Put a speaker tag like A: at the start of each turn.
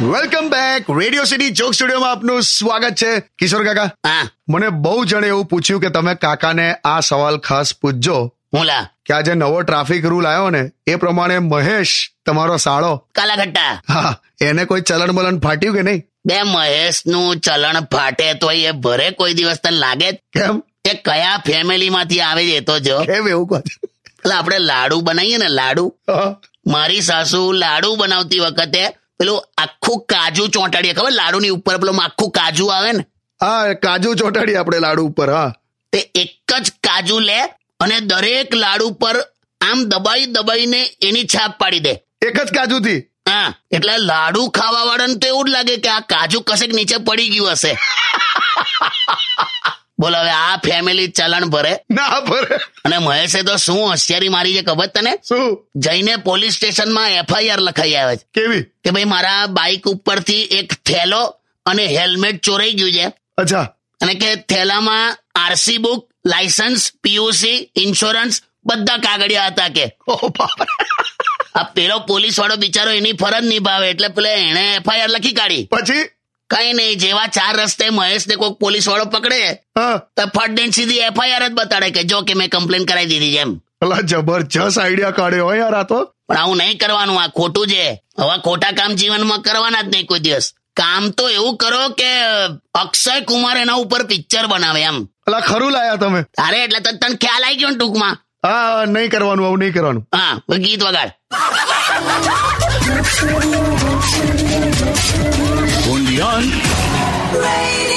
A: Welcome back Radio City joke સ્ટુડિયોમાં આપનું સ્વાગત છે કિશોર કાકા
B: હા
A: મને બહુ જણે એવું પૂછ્યું કે તમે કાકાને આ સવાલ ખાસ પૂછજો
B: હું લા
A: કે આજે નવો ટ્રાફિક રૂલ આવ્યો ને એ પ્રમાણે મહેશ તમારો સાળો
B: કાલા ઘટ્ટા
A: હા એને કોઈ ચલણ બલણ ફાટ્યું કે નહીં
B: બે મહેશનું ચલણ ફાટે તો એ ભરે કોઈ દિવસ તને લાગે જ?
A: કેમ
B: એ કયા ફેમિલી માંથી આવે છે એ તો જો
A: કેમ એવું કહો છો?
B: એટલે આપણે લાડુ બનાવીએ ને લાડુ
A: હા.
B: મારી સાસુ લાડુ બનાવતી વખતે પેલું આખું કાજુ ચોંટાડીએ ખબર લાડુની ઉપર પેલું આખું કાજુ આવે ને
A: હા કાજુ ચોટાડી આપણે લાડુ ઉપર હા
B: તે એક જ કાજુ લે અને દરેક લાડુ પર આમ દબાઈ દબાઈને એની છાપ પાડી દે
A: એક જ કાજુથી
B: હા એટલે લાડુ ખાવા વાળાને તો એવું જ લાગે કે આ કાજુ કશેક નીચે પડી ગયું હશે બોલો હવે આ ફેમિલી ચલણ ભરે
A: ના ભરે
B: અને મહેશે તો શું હોશિયારી મારી છે ખબર તને
A: શું
B: જઈને પોલીસ સ્ટેશનમાં એફઆઈઆર લખાઈ આવે છે
A: કેવી
B: કે ભાઈ મારા બાઇક ઉપરથી એક થેલો અને હેલ્મેટ ચોરાઈ ગયું છે
A: અચ્છા
B: અને કે થેલામાં RC book licence PUC insurance બધા કાગળિયા હતા કે
A: ઓ બાપ રે.
B: આ પેલો પોલીસ વાળો બિચારો એની ફરજ નિભાવે એટલે પેલે એણે એફઆઈઆર લખી કાઢી
A: પછી
B: કઈ નહીં જેવા ચાર રસ્તે મહેશને કોઈક પોલીસ વાળો પકડે
A: હા
B: તો ફટ દઈને સીધી એફઆઈઆર જ બતાડે કે જો કે મેં કમ્પ્લેન કરાવી દીધી છે એમ
A: અલા જબરજસ્ત આઈડિયા કાઢ્યો હો યાર આ તો
B: પણ આવું નહીં કરવાનું આ ખોટું છે હવે ખોટા કામ જીવનમાં કરવાના જ નહીં કોઈ દિવસ કામ તો એવું કરો કે અક્ષય કુમાર એના ઉપર પિક્ચર બનાવે એમ
A: અલા ખરું લાયા તમે
B: તારે એટલે તો તને ખ્યાલ આવી ગયો ને ટૂંકમાં
A: હા નહીં કરવાનું આવું નહીં કરવાનું
B: હા હવે ગીત વગાડ
C: Undian.
D: Radio